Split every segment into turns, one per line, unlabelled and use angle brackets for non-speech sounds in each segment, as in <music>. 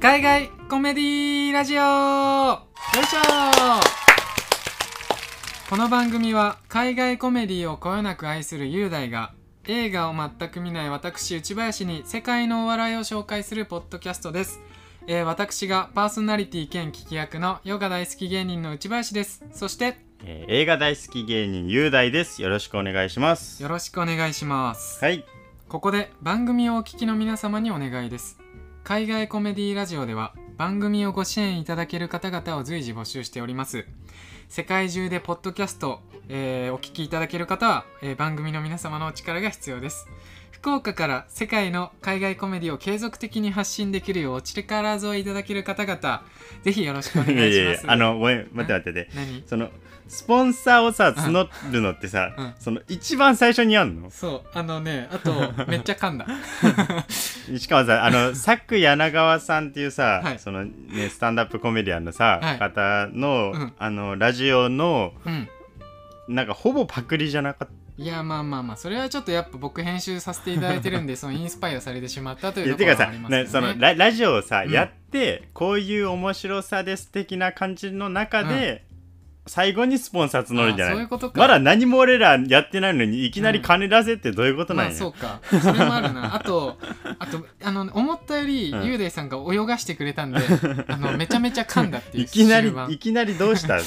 海外コメディラジオよいしょこの番組は海外コメディをこよなく愛する雄大が映画を全く見ない私内林に世界のお笑いを紹介するポッドキャストです、えー私がパーソナリティ兼聞き役のヨガ大好き芸人の内林ですそして
えー映画大好き芸人雄大ですよろしくお願いします
よろしくお願いします
はい
ここで番組をお聞きの皆様にお願いです海外コメディラジオでは番組をご支援いただける方々を随時募集しております世界中でポッドキャスト、えーお聞きいただける方は、えー番組の皆様のお力が必要です福岡から世界の海外コメディを継続的に発信できるようお力添えいただける方々ぜひよろしくお願いします
いやいやあのごめん待って待ってて
何
そのスポンサーをさ募るのってさ、
うん
その一番最初にやんの
そうあのねあとめっちゃ噛んだ
しかもさあの佐久柳川さんっていうさ、
はい
そのねスタンダップコメディアンのさ、
はい
方の、
うん
あのラジオの
うん
なんかほぼパクリじゃなかっ
いやまあまあまあそれはちょっとやっぱ僕編集させていただいてるん
<laughs>
でそのインスパイアされてしまったと
た
い
いうや
と
て
こ
か
ろはあ
さ、
りますよ
ね、その
ね。
ララジオをさ、
うん
やってこういう面白さです的な感じの中で、最後にスポンサー募るんじゃ
あ
ない
そういうことか。
まだ何も俺らやってないのにいきなり金出せってどういうことな
まあ
んや、
そうか。それもあるな。あとあとあの思ったより
うん
雄大さんが泳がしてくれた
<laughs>
んで、あのめちゃめちゃ噛んだっていう。
いきなり
終盤
いきなりど
<laughs>
うしたい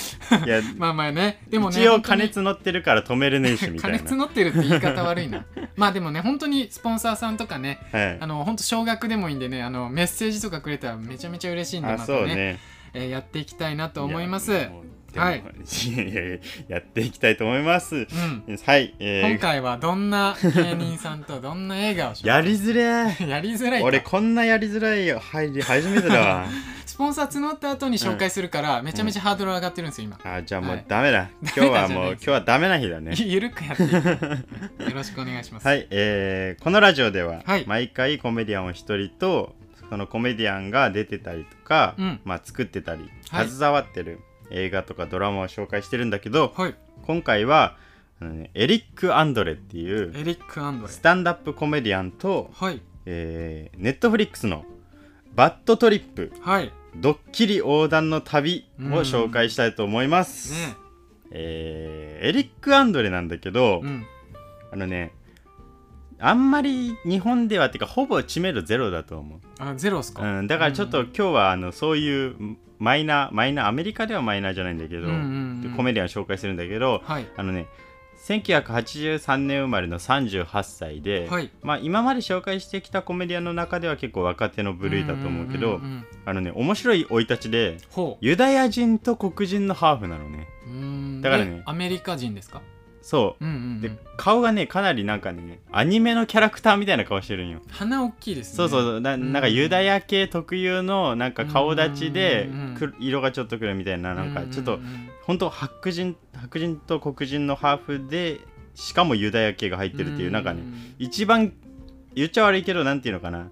や、
まあまあね。でもね。
一応
本当に
金募ってるから止めれねえしみたいな、
金募ってるって言い方悪いな。 <laughs> まあでもね本当にスポンサーさんとかね
はい、
あの本当少額でもいいんでねあのメッセージとかくれたらめちゃめちゃ嬉しいんで
あ
また
そう
ね
ね
えーやっていきたいなと思います。
やもうでも
はい
いやいやいややっていきたいと思います
うん。
はい、えー
今回はどんな芸人さんとどんな映画をしよ
やりづれ
うやりづらい
え
か
俺こんなやりづらい入り初めて
<laughs>
だわ
スポンサー募った後に紹介するから、めちゃめちゃハードル上がってるんですよ今、
あじゃあも
は
う
い
ダメだ、今日は
<laughs> ダメだじゃな
も
いうです
今
<laughs>
日はダメな日だね
ゆゆるくやっていくよろしくお願いします、
はい、えーこのラジオでは
はい
毎回コメディアンを一人とそのコメディアンが出てたりとか、
うん
まあ、作ってたり
はい
携わってる映画とかドラマを紹介してるんだけど
はい
今回はあのねエリック・アンドレっていう
エリック・アンドレ
スタンダップコメディアンと、
はい
えーネットフリックスの「バッドトリップ
はいね
ドッキリ横断の旅」を紹介したいと思います、えーエリック・アンドレなんだけど、
うん
あのねあんまり日本ではっていうかほぼ知名度ゼロだと思う、
あゼロっすか
うん、だからちょっと今日はあのそういうマイナーマイナーアメリカではマイナーじゃないんだけ
う
ど、
んうんうん
でコメディアン紹介するんだけど
はい
あのね1983年生まれの38歳で、
はい
まあ、今まで紹介してきたコメディアンの中では結構若手の部類だと思うけど
んんんん
あのね面白い生い立ちで
ほう
ユダヤ人と黒人のハーフなのね
うーん
だからね
えアメリカ人ですか
そう
うんうんうん、
で顔がねかなりなんかねアニメのキャラクターみたいな顔してるんよ
鼻大きいですね
そうそうそうななんかユダヤ系特有のなんか顔立ちで
うんうんうん
くる色がちょっと黒いみたいななんかちょ
う
っと
んうんうん
本当白人白人と黒人のハーフでしかもユダヤ系が入ってるっていうなんかね一番言っちゃ悪いけどなんていうのかな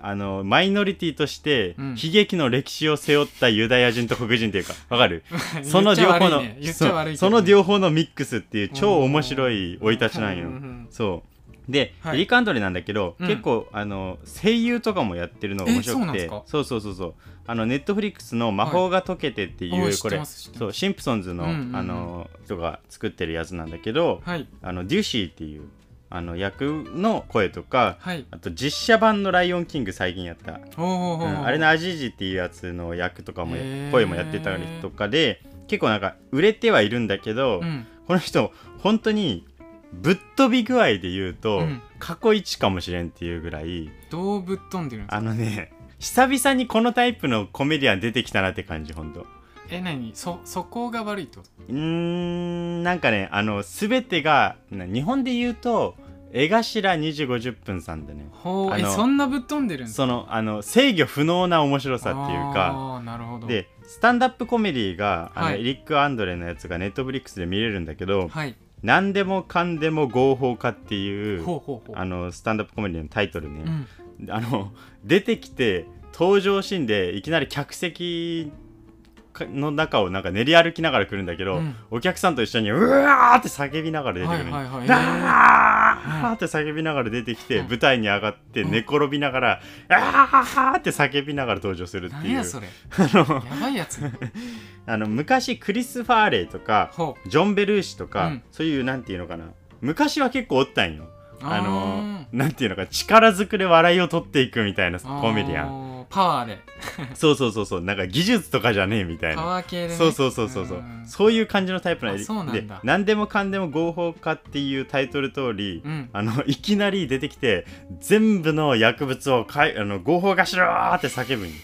あのマイノリティとして
うん
悲劇の歴史を背負ったユダヤ人と黒人っていうかわかるその両
<laughs> 言っちゃ
方
悪い
の
ね言っちゃ悪いけど
その両方のミックスっていう超面白い生い立ちなんよ
う。ん
そうで、
はい
エリカ・アンドレなんだけど、
うん
結構あの声優とかもやってるのが面白
えそうなん
く
です
て
か
そうそうそうそうあのネットフリックスの「魔法が解けて」って
う
い
んうん
う、
おい知っ
こ
て
れ
ます知ってます
そうシンプソンズの,、
うんうんうん
あの人が作ってるやつなんだけど
はい
あのデューシーっていうあの役の声とか
はい
あと実写版の「ライオンキング」最近やった、
ほうほう
う
ほうほうん
あれのアジージっていうやつの役とかも
へー
声もやってたりとかで結構なんか売れてはいるんだけど、
うん
この人本当にぶっ飛び具合で言うと、
うん
過去一かもしれんっていうぐらい
どうぶっ飛んでるんです
あ
か
のね久々にこのタイプのコメディアン出てきたなって感じ本当う
え何そそこが悪いってこと
ーんなんかねあの全てがな日本で言うと江頭2050分さんでね
ほうえ
あの
そんなぶっ飛んでるんですか
そのあの制御不能な面白さっていうか
あーなるほど
でスタンダップコメディがあの、
はい
エリック・アンドレのやつがネットフリックスで見れるんだけど
はい
何でもかんでも合法化っていう
ほうほうほう
あのスタンダップコメディのタイトル
う
ね、
ん
あの出てきて登場シーンでいきなり客席の中をなんか練り歩きながら来るんだけど、
うん
お客さんと一緒にうわーって叫びながら出て
は
く
い
る、
はいはいえー
あーって叫びながら出てきて、
うん
舞台に上がって
うん
寝転びながら、あーって叫びながら登場するって
何
いう
やそれ
<laughs> あの
やばいやつ
あの昔クリス・ファーレイとか
ほう
ジョン・ベルーシとか、
うん
そういうなんていうのかな昔は結構おったんよ <laughs> あの
ー
なんていうのか力ずくで笑いを取っていくみたい
あ
な
ー
コメディアン
パワーで
そうそうそうそうなんか技術とかじゃねえみたい
パ
な
ワー系で、ね、
そうそうそうそうそう
うん
そういう感じのタイプな
あそうなんだ
で何でもかんでも合法化っていうタイトル通り、
うん <laughs>
あのいきなり出てきて全部の薬物をかいあの合法化しろーって叫ぶんよ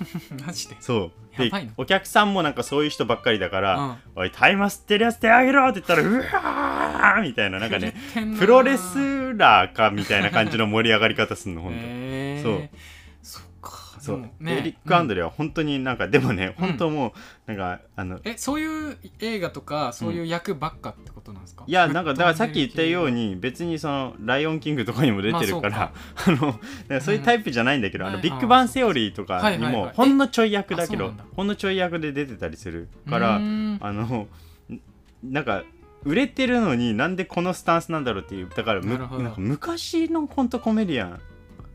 マジで
そう
<laughs> や
で
ばいな
お客さんもなんかそういう人ばっかりだから
うん
「おいタイマー吸ってるやつ手あげろ!」って言ったら「うわー!」みたいななんかねプロレスラーかみたいな感じの盛り上がり方すんの
ほ
ほんと
えー、
そう
そっか
そう、
でもね
エリック・アンドレは本当になんか、でもね
うん
本当もうなんかあの
えそういう映画とかそういう役ばっかってことなんですか、
いやなんかだからさっき言ったように別にその「ライオンキング」とかにも出てるから、
ま
あのだからそういうタイプじゃないんだけど、
うん
あ
は
の
い
ビッグバンセオリーとかに
はいはい
も
はい
ほんのちょい役だけ
えあ
ど、
そうなんだ
ほんのちょい役で出てたりするか
うー
ら
ん
あのんなんか売れてるのになんでこのスタンスなんだろうっていうだからむ
なるほど
なんか昔のコントコメディアン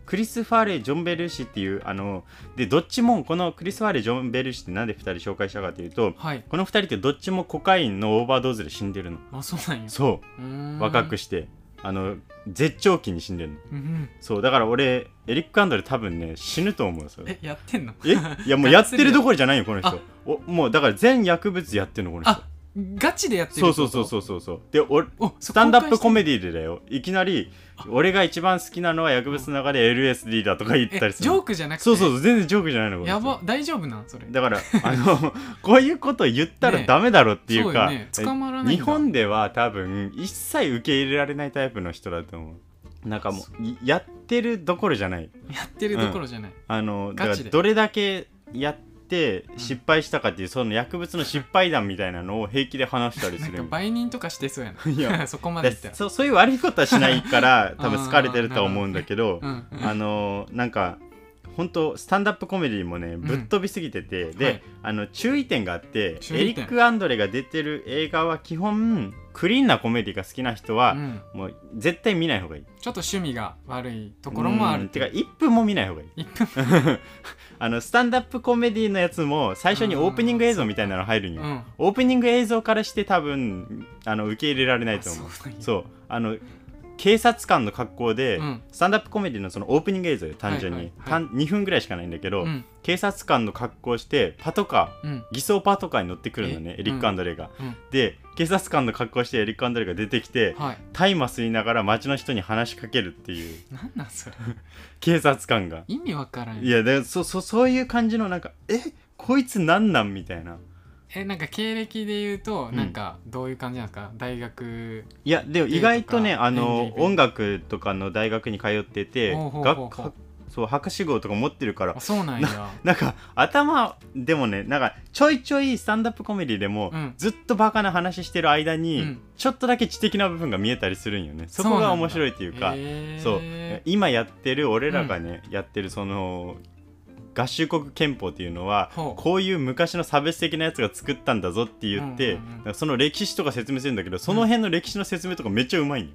クリス・ファーレイジョン・ベルーシっていうあのでどっちもこのクリス・ファーレイジョン・ベルーシってなんで2人紹介したかというと
はい
この2人ってどっちもコカインのオーバードーズで死んでるの
あそうなんや
そう
うーん
若くしてあの絶頂期に死んでるの
うん
そうだから俺エリック・アンドレ多分ね死ぬと思うよそれ
えやってんの
えいやもうやってるどころじゃないよこの
あ
人おもうだから全薬物やってるのこの人
あガチでやってる
そうそうそうそうそうそうで俺
う
スタンダップコ
メ
メディでだよいきなり俺が一番好きなのは薬物の中で LSD だとか言ったりす
ジ
る
ョークじゃなくて
そうそうそう全然ジョークじゃないのこの人
やば大丈夫なんそれ
だからあの <laughs> こういうこと言ったら
ね
ダメだろっていう
そうよ
か
ね捕まらないんだ
日本では多分一切受け入れられないタイプの人だと思うなんかもういやってるどころじゃない
やってるどころじゃない、
あのだ
ガ
か
チで
らどれだけやって失敗したかっていうその薬物の失敗談みたいなのを平気で話したり
な
す
ん
る
か売人とかしてそうやな
い
<laughs>
や
そこまで
だ
いったら
そそう <laughs> いう悪いことはしないから
<laughs> あー
多分好かれてるとは思うんだけど
うんうん
あのなんか本当スタンダップコメディもねぶっ飛びすぎてて、で、
はい
あの注意点があって
注意点
エリック・アンドレが出てる映画は基本クリーンなコメディが好きな人は、
うん
もう絶対見ない方がいい。
ちょっと趣味が悪いところもあ
うん
る
てか1分も見ない方がいい。
<laughs> 一分
<laughs> あのスタンダップコメディのやつも最初にオープニング映像みたいなの入るんよ。
うん
オープニング映像からして多分あの受け入れられないと思う
あ。そうなんや
そうあの警察官の格好で、
うん
スタンダップコメディのそのオープニング映像よ単純に、
はいはい
た
はい
ん2分ぐらいしかないんだけど、
うん
警察官の格好をしてパトカ
うん
ー偽装パトカーに乗ってくるのね
え
エリック・アンドレが、
うん
で警察官の格好をしてエリック・アンドレが出てきて
はい
大麻吸いながら街の人に話しかけるっていう
なんなんそれ
警察官が
意味わからん
いやでそそそういう感じのなんかえこいつなんなんみたいな
えなんか経歴で言うと
うん
なんかどういう感じなんですか、大学
いやでも意外とね
とか
あ
演
の
劇
音楽とかの大学に通ってて
ほうほうほう
学
ほう
科そう博士号とか持ってるから
あそうなんや
なんか頭でもねなんかちょいちょいスタンダップコメディでも、
うん
ずっとバカな話してる間に、
うん
ちょっとだけ知的な部分が見えたりするんよねそこが面白いっていうかそう今やってる俺らがね、やってるその合衆国憲法っていうのは
ほう
こういう昔の差別的なやつが作ったんだぞって言って、
うんうんうん
なんかその歴史とか説明するんだけどその辺の歴史の説明とかめっちゃうまい
<laughs>
んよ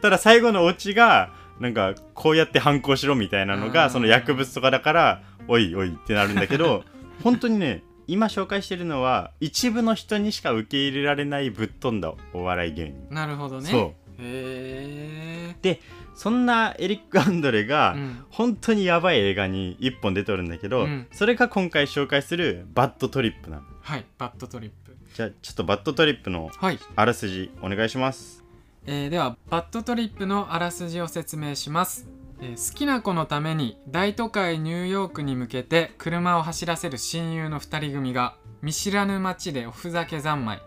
ただ最後のオチがなんかこうやって反抗しろみたいなの
うん
がその薬物とかだからおいおいってなるんだ
<laughs>
けど本当にね今紹介してるのは一部の人にしか受け入れられないぶっ飛んだお笑い芸人、
なるほどね
そう
へ
そんなエリック・アンドレ
え、
が、
うん、
本当にやばい映画に1本出てるんだけど、
うん
それが今回紹介する「バッドトリップ」なの
はいバッドトリップ
じゃあちょっとバッドトリップの
はい、
あらすじお願いします
えーではバッドトリップのあらすじを説明します、えー好きな子のために大都会ニューヨークに向けて車を走らせる親友の2人組が見知らぬ街でおふざけ三昧、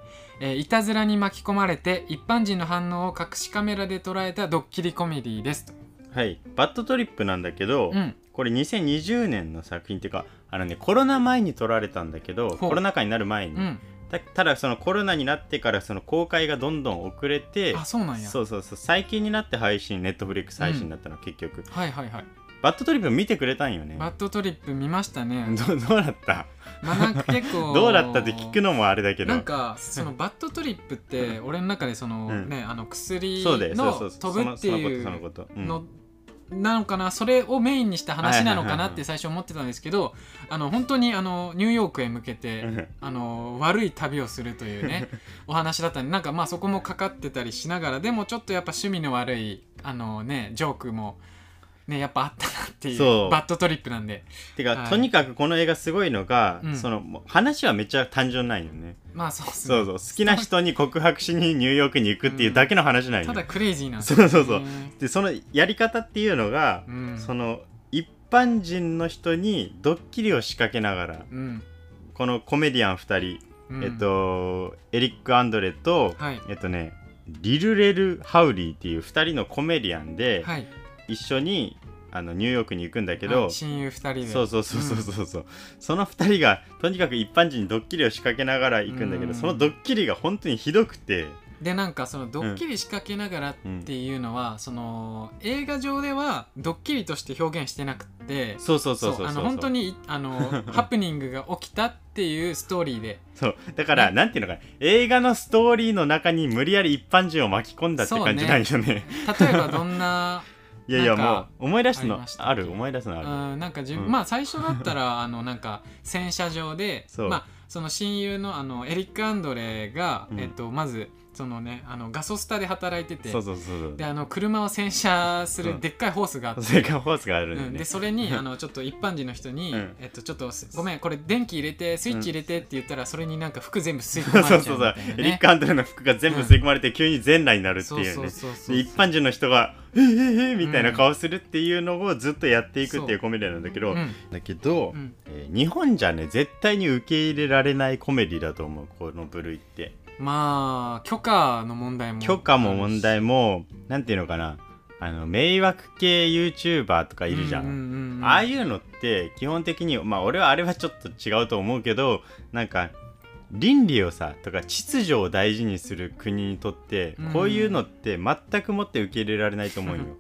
えーいたずらに巻き込まれて一般人の反応を隠しカメラで捉えたドッキリコメディですと
はいバッドトリップなんだけど、
うん
これ2020年の作品っていうかあのねコロナ前に撮られたんだけど
ほう
コロナ禍になる前に、
うん
たただそのコロナになってからその公開がどんどん遅れて
あそうなんや
そうそうそう最近になって配信ネットフリックス配信だったの、結局
はいはいはい
バッドトリップ見てくれたんよね
バッドトリップ見ましたね
どどうだった
まあなんか結構
<laughs> どうだったって聞くのもあれだけど
なんかそのバッドトリップって俺の中でその、
うん
ねあの薬
そうだよそうそ
の
うそう
飛ぶってい
その
う
ことそのこと、うん
のなのかなそれをメインにした話なのかなっ
はいはいはいは
て
い
最初思ってたんですけどあの本当にあのニューヨークへ向けて
うん
あの悪い旅をするという
<laughs>
ねお話だったんでなんかまあそこもかかってたりしながらでもちょっとやっぱ趣味の悪いあのねジョークもねやっぱあったなっていう
そう
バッドトリップなんで
てか、
はい
とにかくこの映画すごいのが、
うん
そのもう話はめっちゃ単純なんよね、
まあそうっす
そう
ね
そう好きな人に告白しにニューヨークに行くっていうだけの話なんよ、
ただクレイジーなんです
そうそうそう
ね
でそのやり方っていうのが、
うん
その一般人の人にドッキリを仕掛けながら
うん
このコメディアン2人、
うん
えっとエリック・アンドレと、
はい
えっとねリルレル・ハウリーっていう2人のコメディアンで、
はい
一緒にあのニューヨークに行くんだけど、
はい親友2人で
そうそうそうそうそうそう、その2人がとにかく一般人にドッキリを仕掛けながら行くんだけど、
うん
そのドッキリが本当にひどくて、
でなんかそのドッキリ仕掛けながらっていうのは、その映画上ではドッキリとして表現してなくて
そうそうそうそう
あ
そ
の
う
本当にあ
<laughs>
のハプニングが起きたっていうストーリーで
そうだから、
ね
なんていうのかな映画のストーリーの中に無理やり一般人を巻き込んだって感じなんよね
例えばどんな
<laughs> いやい
な
や
ん
も
か
う思い出すの
あり
あ
ましたっけ
る思い出すの
う
<laughs> ある、
んなんか自分、
うん
まあ最初だった
<laughs>
らあのなんか洗車場で
そう
まあ、その親友のあのエリック・アンドレが、
うん
えっと、まずその、ね、あのガソスタで働いてて
そうそうそう
で
そ
あの車を洗車す
う
る
ん
でっかいホースがあって
う。セカンホースがあるんだ
う
よ
ん、
ね
で、それにあのちょっと一般人の人に、
うん
えっと、ちょっとすごめんこれ電気入れてスイッチ入れてって言ったらそれになんか服全部吸い込
そう
ま
そう
れち
そ
ゃ
う
うみ
そ
た
う
いな、ね、
エリック・アンドレの服が全部吸い込まれて、急に全裸になるっていう
そう
ね
そうそうそう
で一般人の人が「ええええみたいな顔するっていうのをずっとやっていくってい
そう
うコメディなんだけど、
うん
だけど、
うん
えー日本じゃね絶対に受け入れられないコメディだと思うこの部類って
まあ許可の問題も
許可も問題もなんていうのかなあの迷惑系 YouTuber とかいるじゃん,、
ううんうんうん
ああいうのって基本的にまあ俺はあれはちょっと違うと思うけどなんか倫理をさとか秩序を大事にする国にとって
うん
こういうのって全くもって受け入れられないと思うよ、
まあ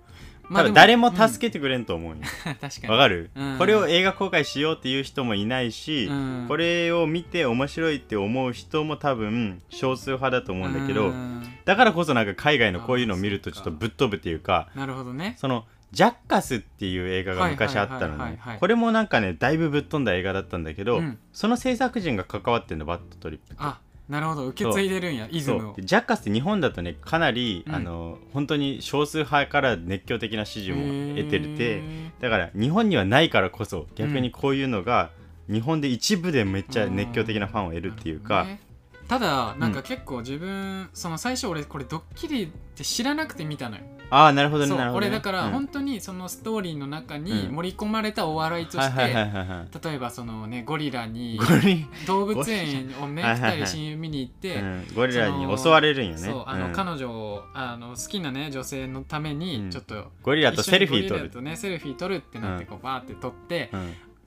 多
で
分
も
誰も助けてくれんと
<laughs>
思うよ、
うん確かに
わかる、
うん
これを映画公開しようっていう人もいないし、
うん
これを見て面白いって思う人も多分少数派だと思うんだけ
う
ど、
ん
だからこそなんか海外のこういうのを見るとちょっとぶっ飛ぶっていうか
なるほどね
そのジャッカスっていう映画が昔あった
はいはいはい
のね
はいはい
これもなんかねだいぶぶっ飛んだ映画だったんだけど、
うん
その制作陣が関わってんのバットトリップって
あなるほど受け継いでるんやイズム
そ
を
うジャッカスって日本だとねかなり、
うん
あの本当に少数派から熱狂的な支持も得てるて
へー
だから日本にはないからこそ逆にこういうのが日本で一部でめっちゃ熱狂的なファンを得るっていうか、
なるほどねただなん
う
か結構自分、その最初俺これドッキリって知らなくて見たのよ
ああなるほどね
そう
なるほど、ね、
俺だから
うん
本当にそのストーリーの中に
うん
盛り込まれたお笑いと
はい
して、
はいはいはいはい
例えばそのねゴリラに
ゴリ
動物園をね
ゴリラはいは
2
い
人親友見に行って、
うんゴリラに襲われるんよね
そうあの、
うん
彼女をあの好きなね女性のため
う
に
ん
ちょっと、
ゴリラとセルフィー
一緒
撮
にゴリ
る
ラとねセルフィー撮るってなって
うん
こうバーって撮って、
う
っ
ん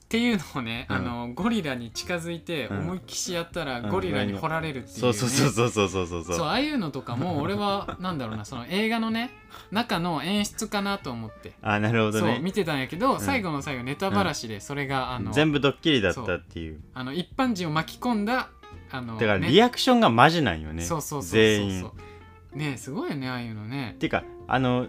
ていうのをね、
うん
あのゴリラに近づいて
うん
思いっきしやったら
うん
ゴリラに掘られるっていう、ね
そうそうそうそうそうそうそう
そうああいうのとか
<laughs>
も俺はなんだろうなその映画のね中の演出かなと思って
あなるほど
そう
ね
見てたんやけど、
ん
最後の最後ネタばらしでそれが、あの
全部ドッキリだったっていう
あの一般人を巻き込んだあの
だから
ね
リアクションがマジなんよね
そうそうそうそうそう
全員
ねえすごいよねああいうのね
てかあの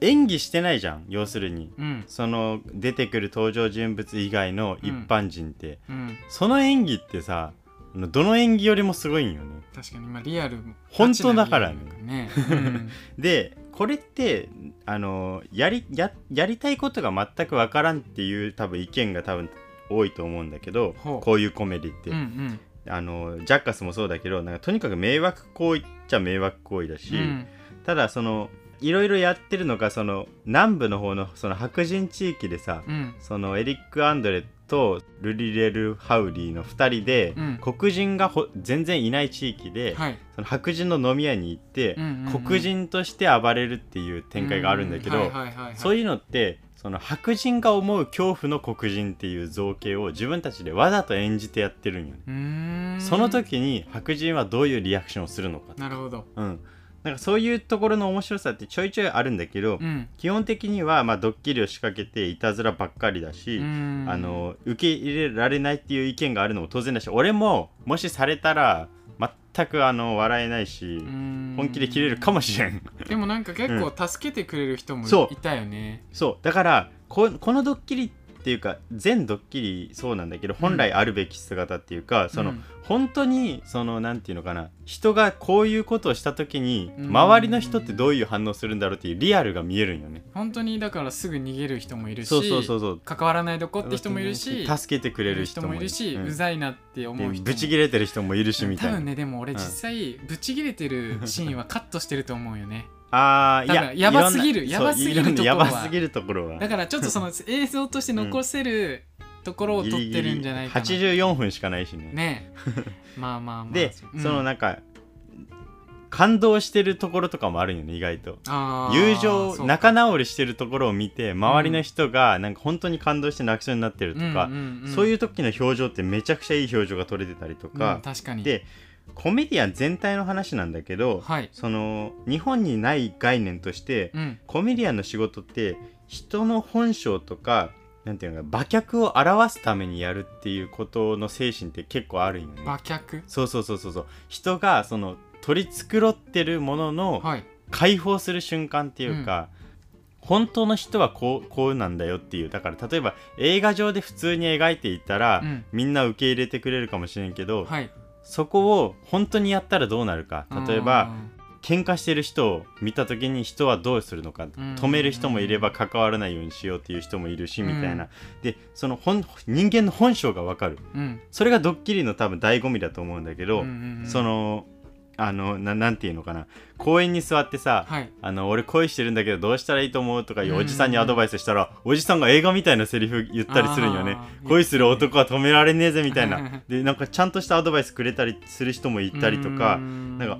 演技してないじゃん要するに
うん
その出てくる登場人物以外の一般人って、
うん
その演技ってさあのどの演技よりもすごいんよね
確かにまあリアル
本当だからね
ガチなリアルだからね
<laughs>
うん
でこれってあのやりややりたいことが全くわからんっていう多分意見が多分多いと思うんだけど
ほう
こういうコメディって、
うんうん
あのジャッカスもそうだけどなんかとにかく迷惑行為っちゃ迷惑行為だし、
うん
ただそのいろいろやってるのがその南部の方のその白人地域でさ、
うん
そのエリック・アンドレとルリレル・ハウリーの2人で、
うん
黒人がほ全然いない地域で、
はい
その白人の飲み屋に行って、
うんうんうん
黒人として暴れるっていう展開があるんだけど、
うはいはいはいはい
そういうのってその白人が思う恐怖の黒人っていう造形を自分たちでわざと演じてやってるんよね、
うーん
その時に白人はどういうリアクションをするのかと
なるほど
うん、なんかそういうところの面白さってちょいちょいあるんだけど、
うん
基本的にはまあドッキリを仕掛けていたずらばっかりだし、
うん
あの受け入れられないっていう意見があるのも当然だし俺ももしされたら全くあの笑えないし、
うん
本気で切れるかもしれん
でもなんか結構助けてくれる人も
そう
いたよね
そうだからここのドッキリっていうか全ドッキリそうなんだけど本来あるべき姿っていうか、その、
うん
本当にそのなんていうのかな人がこういうことをした時に
うん
周りの人ってどういう反応するんだろうっていうリアルが見えるんよね。
本当にだからすぐ逃げる人もいるし
そうそうそうそう
関わらないどこって人もいるし
助けてくれる人も
いるし、
う
うんざいなって思う人も
ぶち切れてる人もいるしみた
多
いな、
分ねでも俺
うん
実際ぶち切れてるシーンはカットしてると思うよね
あーい
多
や
分やばすぎる
い
や
ろんな
ばすぎる
そういろんな
ところは
やばすぎるところは
だからちょっとそ
<laughs>
の映像として残せるところを撮ってるんじゃないかな
ギリギリ84分しかないしね <laughs>
ねまあまあまあ
で、
うん
そのなんか感動してるところとかもあるんよね意外と
あー
友情
そう
仲直りしてるところを見て周りの人がなんか本当に感動して泣きそうになってるとか、そういうう時の表情ってめちゃくちゃいい表情が撮れてたりと
んうんうん
か、
確かに
でコメディアン全体の話なんだけど、
はい
その日本にない概念として、
うん
コメディアンの仕事って人の本性とかなんていうのか馬脚を表すためにやるっていうことの精神って結構あるんよね。
馬脚
そうそうそうそうそう人がその取り繕ってるものの
はい
解放する瞬間っていうか、本当の人はこうこうなんだよっていうだから例えば映画上で普通に描いていたら、
うん
みんな受け入れてくれるかもしれんけど、
はい
そこを本当にやったらどうなるか例え
う
ば
ん
喧嘩してる人を見た時に人はどうするのか止める人もいれば関わらないようにしようっていう人もいるし
うん
みたいなでその本人間の本性が分かる
うん
それがドッキリの多分醍醐味だと思うんだけど、
うんうんうん
そのあのななんていうのかな公園に座ってさ
はい
あの俺恋してるんだけどどうしたらいいと思うとかいうおじさんに
うん
アドバイスしたら、おじさんが映画みたいなセリフ言ったりするんよね
あー
恋する男は止められねえぜみたい
うん
なでなんかちゃんとしたアドバイスくれたりする人もいたりとか、
うん
なんか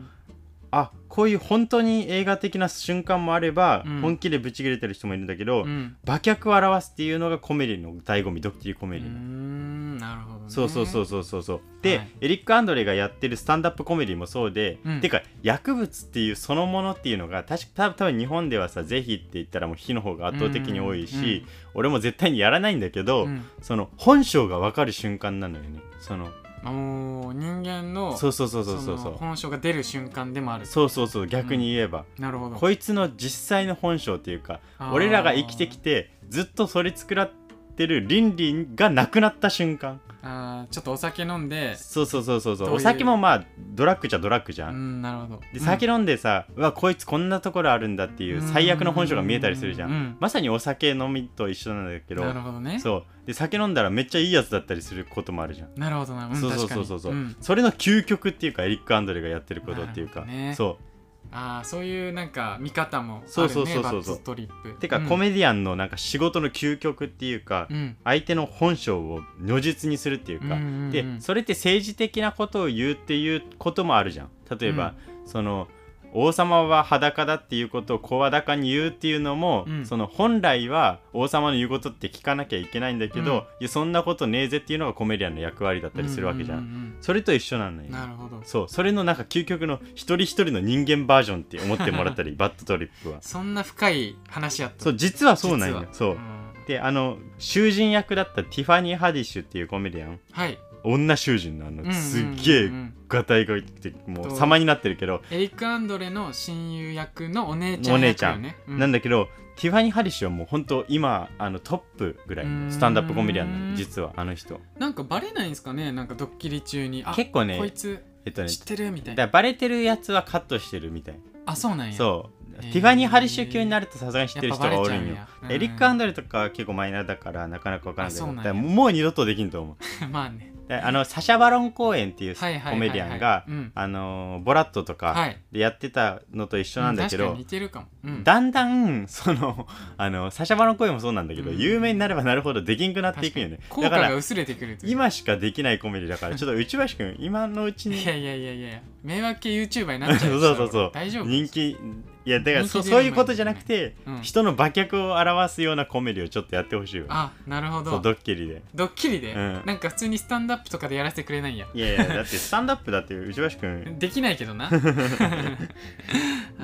あこういう本当に映画的な瞬間もあれば、
うん
本気でブチ切れてる人もいるんだけど、
うん
馬脚を表すっていうのがコメディの醍醐味ドッキリコ
う
メディの。
んなるほどね
そうそうそうそうそうそうで、
はい
エリック・アンドレがやってるスタンダップコメディもそうで、
うん
てか薬物っていうそのものっていうのが確か多分日本ではさ「ぜひ」って言ったらもう「火」の方が圧倒的に多いし、
うんうん
俺も絶対にやらないんだけど、
うん
その本性が分かる瞬間なのよねその
もう人間の
そうそうそうそうそ
そ
うそ
の
う
本性が出る瞬間でもある
そうそうそう逆に言えば、
なるほど
こいつの実際の本性っていうか
あー
俺らが生きてきてずっとそれ作らってる倫理がなくなった瞬間
あーちょっとお酒飲んで
そうそうそうそう
ど
そう
ういう
お酒もまあドラッグじゃドラッグじゃ、
うんんなるほど
で酒飲んでさ、うわこいつこんなところあるんだっていう最悪の本性が見えたりするじゃん、
うんうん
まさにお酒飲みと一緒なんだけど
なるほどね
そうで酒飲んだらめっちゃいいやつだったりすることもあるじゃん、
なるほどなうん
そうそう
確か
そう
に
そうそう、
ん
それの究極っていうかエリック・アンドレがやってることっていう
な
か、
るほどね
そう
ああそういうなんか見方もあるね
そうそうそうそ
バ
う
ッドストリップ
てか、
うん
コメディアンのなんか仕事の究極っていうか、
うん
相手の本性を如実にするっていうか、
うんうんうん
でそれって政治的なことを言うっていうこともあるじゃん例えば、その王様は裸だっていうことを声高に言うっていうのも、
うん
その本来は王様の言うことって聞かなきゃいけないんだけど、
うん
いやそんなことねえぜっていうのがコメディアンの役割だったりするわけじゃん,、
うううん
それと一緒なの
う
よ
んなるほど
そうそれのなんか究極の一人一人の人間バージョンって思ってもらったりバッドトリップは
そんな深い話やった
そう実はそうなん
実
よ
は
そう、
ん
であの囚人役だったティファニー・ハディッシュっていうコメディアン
はい
女囚人なの、
うんうんうんうん
すっげえガタイがいっても
ど
う
う
様になってるけど、
エリック・アンドレの親友役のお姉ちゃん
お姉
役
ちゃ
よ
ん
ね
なん
だ
だけどティファニー・ハディッシュはもう本当今あのトップぐらいのスタンダップコメディアンな
うー
の
ん
実はあの人
なんかバレないんですかねなんかドッキリ中にあ
結構
こい
ね
つ
えっとね
知ってるみた
だ
い
か
な
らバレてるやつはカットしてるみたい
あそうなんや
そう、
へー
ティファニー・ハディッシュ級になるとさすがに知ってる
やっ
人
ぱバ
が
レちゃ
おる
うん
よ
や
エリック・アン
ド
ドレとかは結構マイナーだからなかなかわからんけど
あそうなん
だ
や
からもう二度とできんと思う
まあね
であのサシャ・バロン公演っていうコ
はいはいはいはい
メディアンが
うん
あのーボラットと
は
か
い
でやってたのと一緒なんだけ
う
ど、
確かに似てるかも、うん、
だんだんその <laughs> あのサシャバの声もそうなんだけど、
うん
有名になればなるほどできんくなっていくんよね
効
だ
果
か
が
ら
薄れてくるという
今しかできないコメディだからちょ
<laughs>
っと内橋君今のうち
いや
に
いやいやいや迷惑系 YouTuber になっちゃう
そうそうそう
大丈夫
人気いやだからそ
人気出る前に
そういうことじゃなくて、
うん
人の馬脚を表すようなコメディをちょっとやってほしいわ
あなるほ
そう
ど
ドッキリで
ドッキリで、
うん
なんか普通にスタンドアップとかでやらせてくれないんや
いやいやだってスタンドアップだって内橋君
できないけど
<laughs>
な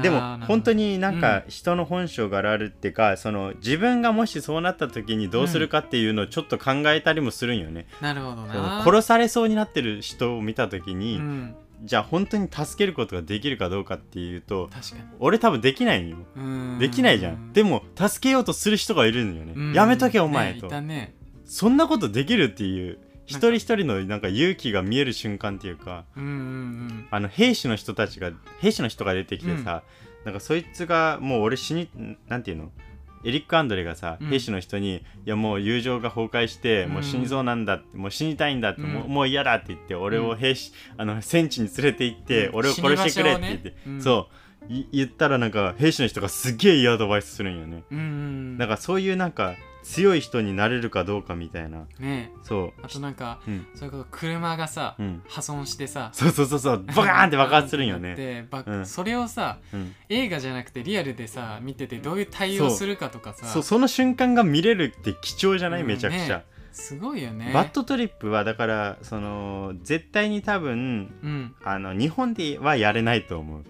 でも本当
に
になんか人の本性があるっていうか、その自分がもしそうなった時にどうするかっていうのをちょっと考えたりもするんよね、
なるほど
その
な
殺されそうになってる人を見た時に、
うん
じゃあ本当に助けることができるかどうかっていうと
確かに
俺多分できないんよ
うん
できないじゃんでも助けようとする人がいるんよね、
うん
やめとけお前、
ね
と
いたね
そんなことできるっていう一人一人のなんか勇気が見える瞬間っていうか
うんうん
あの兵士の人たちが兵士の人が出てきてさ、なんかそいつがもう俺死になんていうのエリック・アンドレがさ、
うん
兵士の人に「いやもう友情が崩壊して、もう死にそうなんだってもう死にたいんだって、
うん
もうもう嫌だ」って言って俺を兵士、あの戦地に連れて行って、
うん
俺を殺してくれって言って、
死にましょうねうん
そうい言ったらなんか兵士の人がすっげえいいアドバイスするんよね、
うんうんうん
なんかそういうなんか強い人になれるかどうかみたいな
ね
そう
あとなんか
うん
それこそ車がさ、
うん
破損してさ
そうそうそうそうバカーンって爆発するんよね、
でば
うん
それをさ
うん、
映画じゃなくてリアルでさ見ててどういう対応するかとかさ
そうその瞬間が見れるって貴重じゃない、
うん
めちゃくちゃ、
すごいよね
バッドトリップはだからその絶対に多分
うん
あの日本ではやれないと思う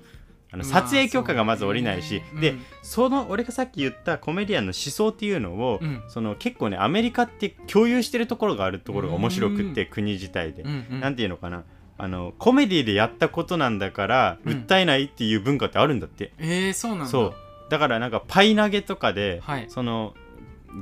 あの
まあ
撮影許可がまず下りないし、
そうね
で、
うん
その俺がさっき言ったコメディアンの思想っていうのを、
うん
その結構ねアメリカって共有してるところがあるところが面白くって、国自体で、
うんうん
なんていうのかなあのコメディでやったことなんだから、
うん
訴えないっていう文化ってあるんだって
えー、そうなんだ
そうだからなんかパイ投げとかで、
はい
その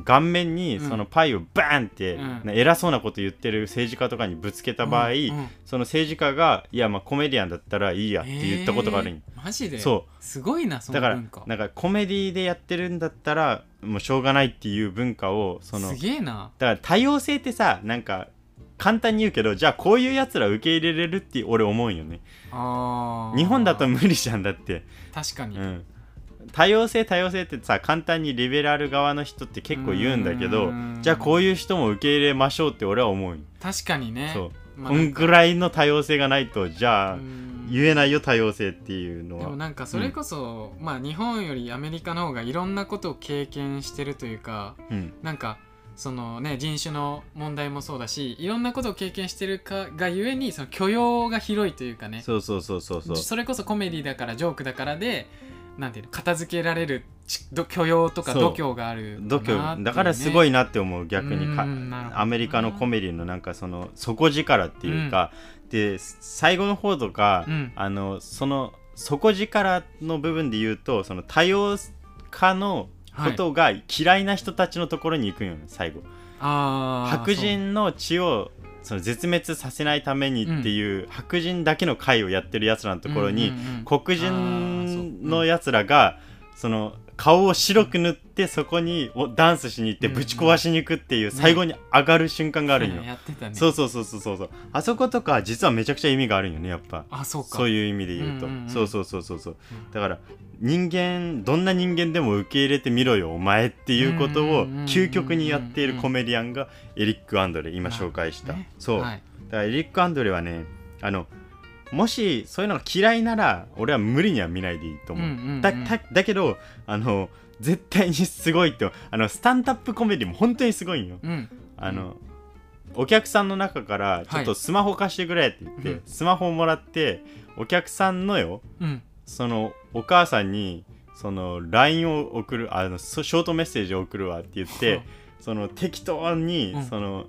顔面に
うん
そのパイをバーンって、
うん
な偉そうなこと言ってる政治家とかにぶつけた場合、
うんうん
その政治家が「いやまあコメディアンだったらいいや」って言ったことがあるんよ、
えーマジで
そ
すごいなその
だから
文化
なんかコメディでやってるんだったらもうしょうがないっていう文化をその
すげえな
だから多様性ってさなんか簡単に言うけどじゃあこういうやつら受け入れれるって俺思うんよね
あー
日本だと無理じゃんだって
確かに、
うん、多様性多様性ってさ簡単にリベラル側の人って結構言うんだけ
う
ど
ーん
じゃあこういう人も受け入れましょうって俺は思うよ
確かにね
そう、
まあ
こんぐらいの多様性がないとじゃあ
うん
言えないよ多様性っていうの
でも
は
なんかそれこそ、まあ日本よりアメリカの方がいろんなことを経験してるというか
うん
なんかそのね人種の問題もそうだしいろんなことを経験してるかがゆえにその許容が広いというかね
そうそうそうそうそう
それこそコメディだからジョークだからでなんていうの片付けられるちど許容とか
そう
度胸がある
度
なっていう
胸
ね
だからすごいなって思う逆にか
うんなるほどな
アメリカのコメディのなんかその底力っていうか、で最後の方とか、
うん
あのその底力の部分で言うとその多様化のことが嫌いな人たちのところに行くんよね最後
あー
白人の血をその絶滅させないためにっていう、白人だけの会をやってるやつらのところに、
うんうんうん
黒
あーそう
人
う
の
ん
やつらがその顔を白く塗ってそこにおダンスしに行って
うん
ぶち壊しに行くっていう最後に上がる瞬間があるんよ、
やってたね
そうそうそうそうそうそうあそことか実はめちゃくちゃ意味があるんよねやっぱ
あそうか
そういう意味で言うと、
うんうんうん
そうそうそうそうそう
うん
だから人間どんな人間でも受け入れてみろよお前っていうこと
う
を
んうんうんうん
究極にやっているコメディアンがエリック・アンドレ今紹介した、
ね
そう、
はい
だからエリック・アンドレはねあのもしそういうのが嫌いなら俺は無理には見ないでいいと思う,、
うんうんうん
だだだけどあの絶対にすごいってあのスタンダップコメディも本当にすごいんよ、
うん
あのお客さんの中からちょっとスマホ貸してくれって言って、
うん
スマホをもらってお客さんのよ
うん
そのお母さんにその LINE を送るあのそショートメッセージを送るわって言ってその適当に、
うん
その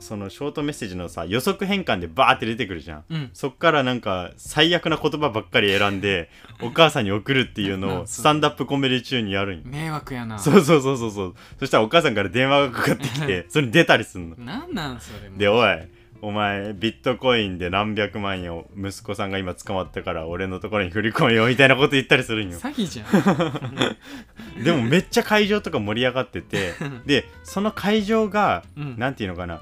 そのショートメッセージのさ予測変換でバーって出てくるじゃん
うん
そっからなんか最悪な言葉ばっかり選ん
<laughs>
でお母さんに送るっていうの
う
を
ん
スタンダップコメディ中にやるんよ
迷惑やな
そうそうそうそうそうそしたらお母さんから電話がかかって
<laughs>
きてそれに出たりすんの
なんなんそれも
でおいお前ビットコインで何百万円を息子さんが今捕まったから俺のところに振り込めよみたいなこと言ったりするんよ
詐欺じゃん
でもめっちゃ会場とか盛り上がってて
<laughs>
でその会場が
うん
なんていうのかな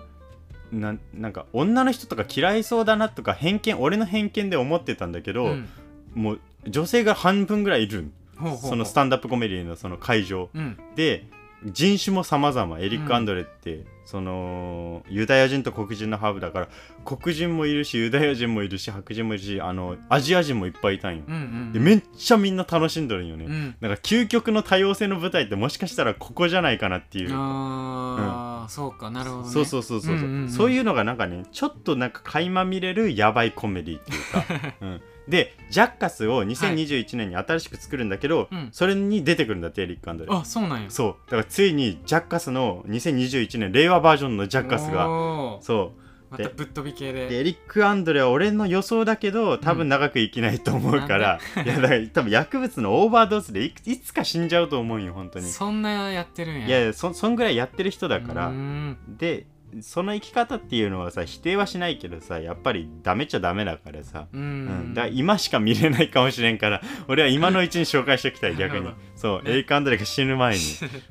なんなんか女の人とか嫌いそうだなとか偏見俺の偏見で思ってたんだけど、
うん
もう女性が半分ぐらいいるん
ほうほうほう
そのスタンダップコメディのその会場
うん
で人種も様々エリック・アンドレってそのユダヤ人と黒人のハーフだから黒人もいるしユダヤ人もいるし白人もいるしあのアジア人もいっぱいいたんよ
うんうん
でめっちゃみんな楽しんどるんよね、
うん
なんか究極の多様性の舞台ってもしかしたらここじゃないかなっていう
ああ、そうかなるほどね
そうそうそうそう,、
うんうんうん
そういうのがなんかねちょっとなんか垣間見れるやばいコメディっていう
<laughs>
か、うん、でジャッカスを2021年に新しく作るんだけど、
うん
それに出てくるんだってエリック・アンドレ
あそうなんや
そうだからついにジャッカスの2021年令和バージョンのジャッカスが
おー
そ
またぶっ飛び系
うで
で
エリック・アンドレは俺の予想だけど多分長く生きないと思うから、いやだから多分薬物のオーバードースでいくいつか死んじゃうと思うんよ本当に
そんなやってるんや
いやいやそそんぐらいやってる人だから、
うん
でその生き方っていうのはさ否定はしないけどさやっぱりダメっちゃダメだからさ、
う
うん
ん、
だから今しか見れないかもしれんから俺は今のうちに紹介しておきたい逆
な
に
るほ
そう、
ね
エリック・アンドレが死ぬ前に
<laughs>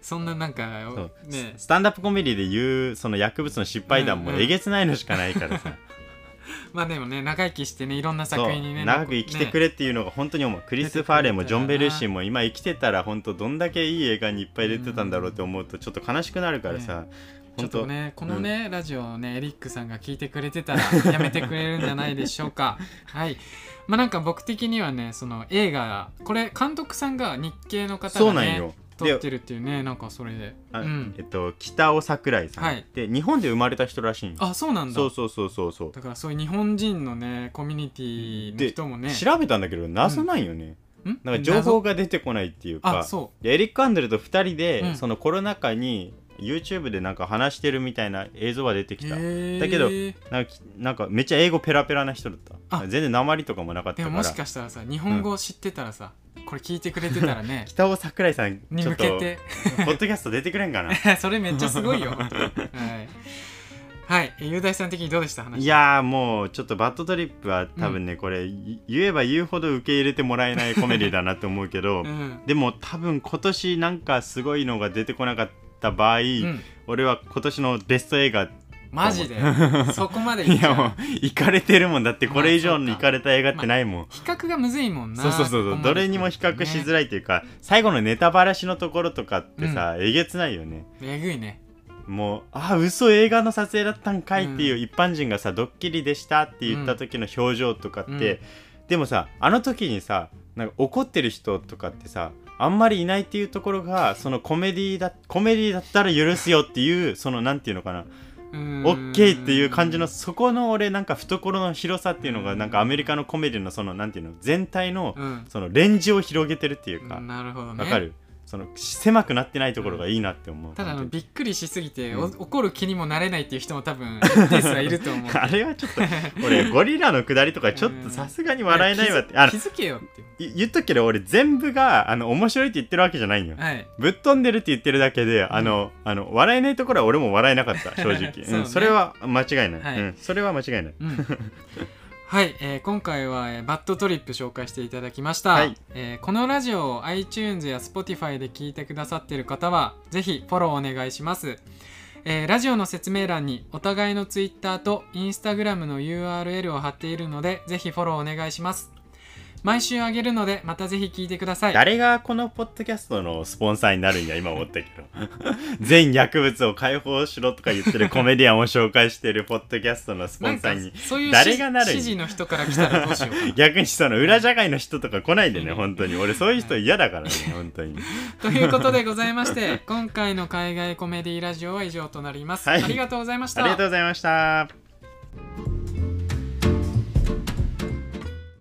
そんななんか
そう
ね
スタンダップコメディで言うその薬物の失敗談
う
も
んうん
えげつないのしかないからさ、
まあでもね長生きしてねいろんな <laughs>
そ
作
う
品にね
長く生きてく
れ
れっていうのが本当に思う、クリス・ファーレもジョン・ベルシーも今生きてたら本当どんだけいい映画にいっぱい出てたんだろうって思うとちょっと悲しくなるからさ、
ちょ
本
っ
当
とねこのね、ラジオをねエリックさんが聞いてくれてたらやめてくれるんじゃないでしょうか <laughs> はいまあなんか僕的にはねその映画これ監督さんが日系の方
そう
が
なん
ね
よで
撮ってるっていうねなんかそれでう
あ
ん
えっと、北尾桜井さん、
はい
で日本で生まれた人らしいんよ
あそうなんだ
そうそうそうそうそう、
だからそういう日本人のねコミュニティの人もね
調べたんだけど謎なんよね、
ん
なんか情報が出てこないっていう
謎あ
か
そう
でエリック・アンドレと2人で、
うん
そのコロナ禍に YouTube でなんか話してるみたいな映像は出てきたなんか
だ
けどきなんかめっちゃ英語ペラペラな人だった
あ
全然鉛とかもなかった
で
か
も
ら
もしかしたらさ日本語を知ってたらさ、これ聞いてくれてたらね
北尾桜井さん
<laughs> に
ちょ
向
っと
けて <laughs>
ポッドキャスト出てくれんかな
それめっちゃすご
<laughs>
いよ本当にはい、はい、え雄大さん的にどうでした話
いやーもうちょっとバッドトリップは多分ね、これい言えば言うほど受け入れてもらえないコメディだなと思うけど、
うん、
でも多分今年なんかすごいのが出てこなかった場合、
うん、
俺は今年のベスト映画
マジ
<laughs>
でそこまでいっ
い
ちゃ
や
う
もう行かれてるもんだってこれ以上の
まあそう
行
か
かれた映画ってないもん、
比較がむずいもんな
そうそうそうそうどれにも比較しづらいというか、最後のネタバラしのところとかってさ、えげつないよね
らいえぐいね
もうあ嘘映画の撮影だったんかいっていう一般人がさ、ドッキリでしたって言った時の表情とかって、
うん
でもさあの時にさなんか怒ってる人とかってさあんまりいないっていうところがそのコメディだコメディだったら許すよっていうそのなんていうのかな
うーん
オッケーっていう感じのそこの俺なんか懐の広さっていうのがなんかアメリカのコメディのそのなんていうの全体の
うん
そのレンジを広げてるっていうか
なるほどね
わかるその狭くなってないところがいいなって思う
ただあの
本当に
びっくりしすぎて、お
うん
怒る気にもなれないっていう人も多分一定数はいると
<laughs>
思う
あれはちょっと俺ゴリラのくだりとかちょっ
う
と
ん
さすがに笑えないわってあの
気づ気づけよって
い言っとくけど俺全部があの面白いって言ってるわけじゃないんよ
はい
ぶっ飛んでるって言ってるだけであのあの笑えないところは俺も笑えなかった正直
<laughs> そうね
うんそれは間違いな
はい
いうんそれは間違いない
うんはい、えー今回は、えーバッドトリップ紹介していただきました、
はい
えーこのラジオを iTunes や Spotify で聞いてくださっている方はぜひフォローお願いします、えーラジオの説明欄にお互いの Twitter と Instagram の URL を貼っているのでぜひフォローお願いします毎週あげるのでまたぜひ聞いてください
誰がこのポッドキャストのスポンサーになるんや今思ったけど <laughs> 全薬物を解放しろとか言ってるコメディアンを紹介してるポッドキャストのスポ
な
ン
ん
サ
か
ー <laughs> に
そういう
誰がなるん
指示の人から来たらどうし <laughs> ようかな
逆にその裏社会の人とか来ないでね本当に俺そういう人嫌だからね本当に
ということでございまして今回の海外コメディラジオは以上となります、
はい
ありがとうございました
ありがとうございました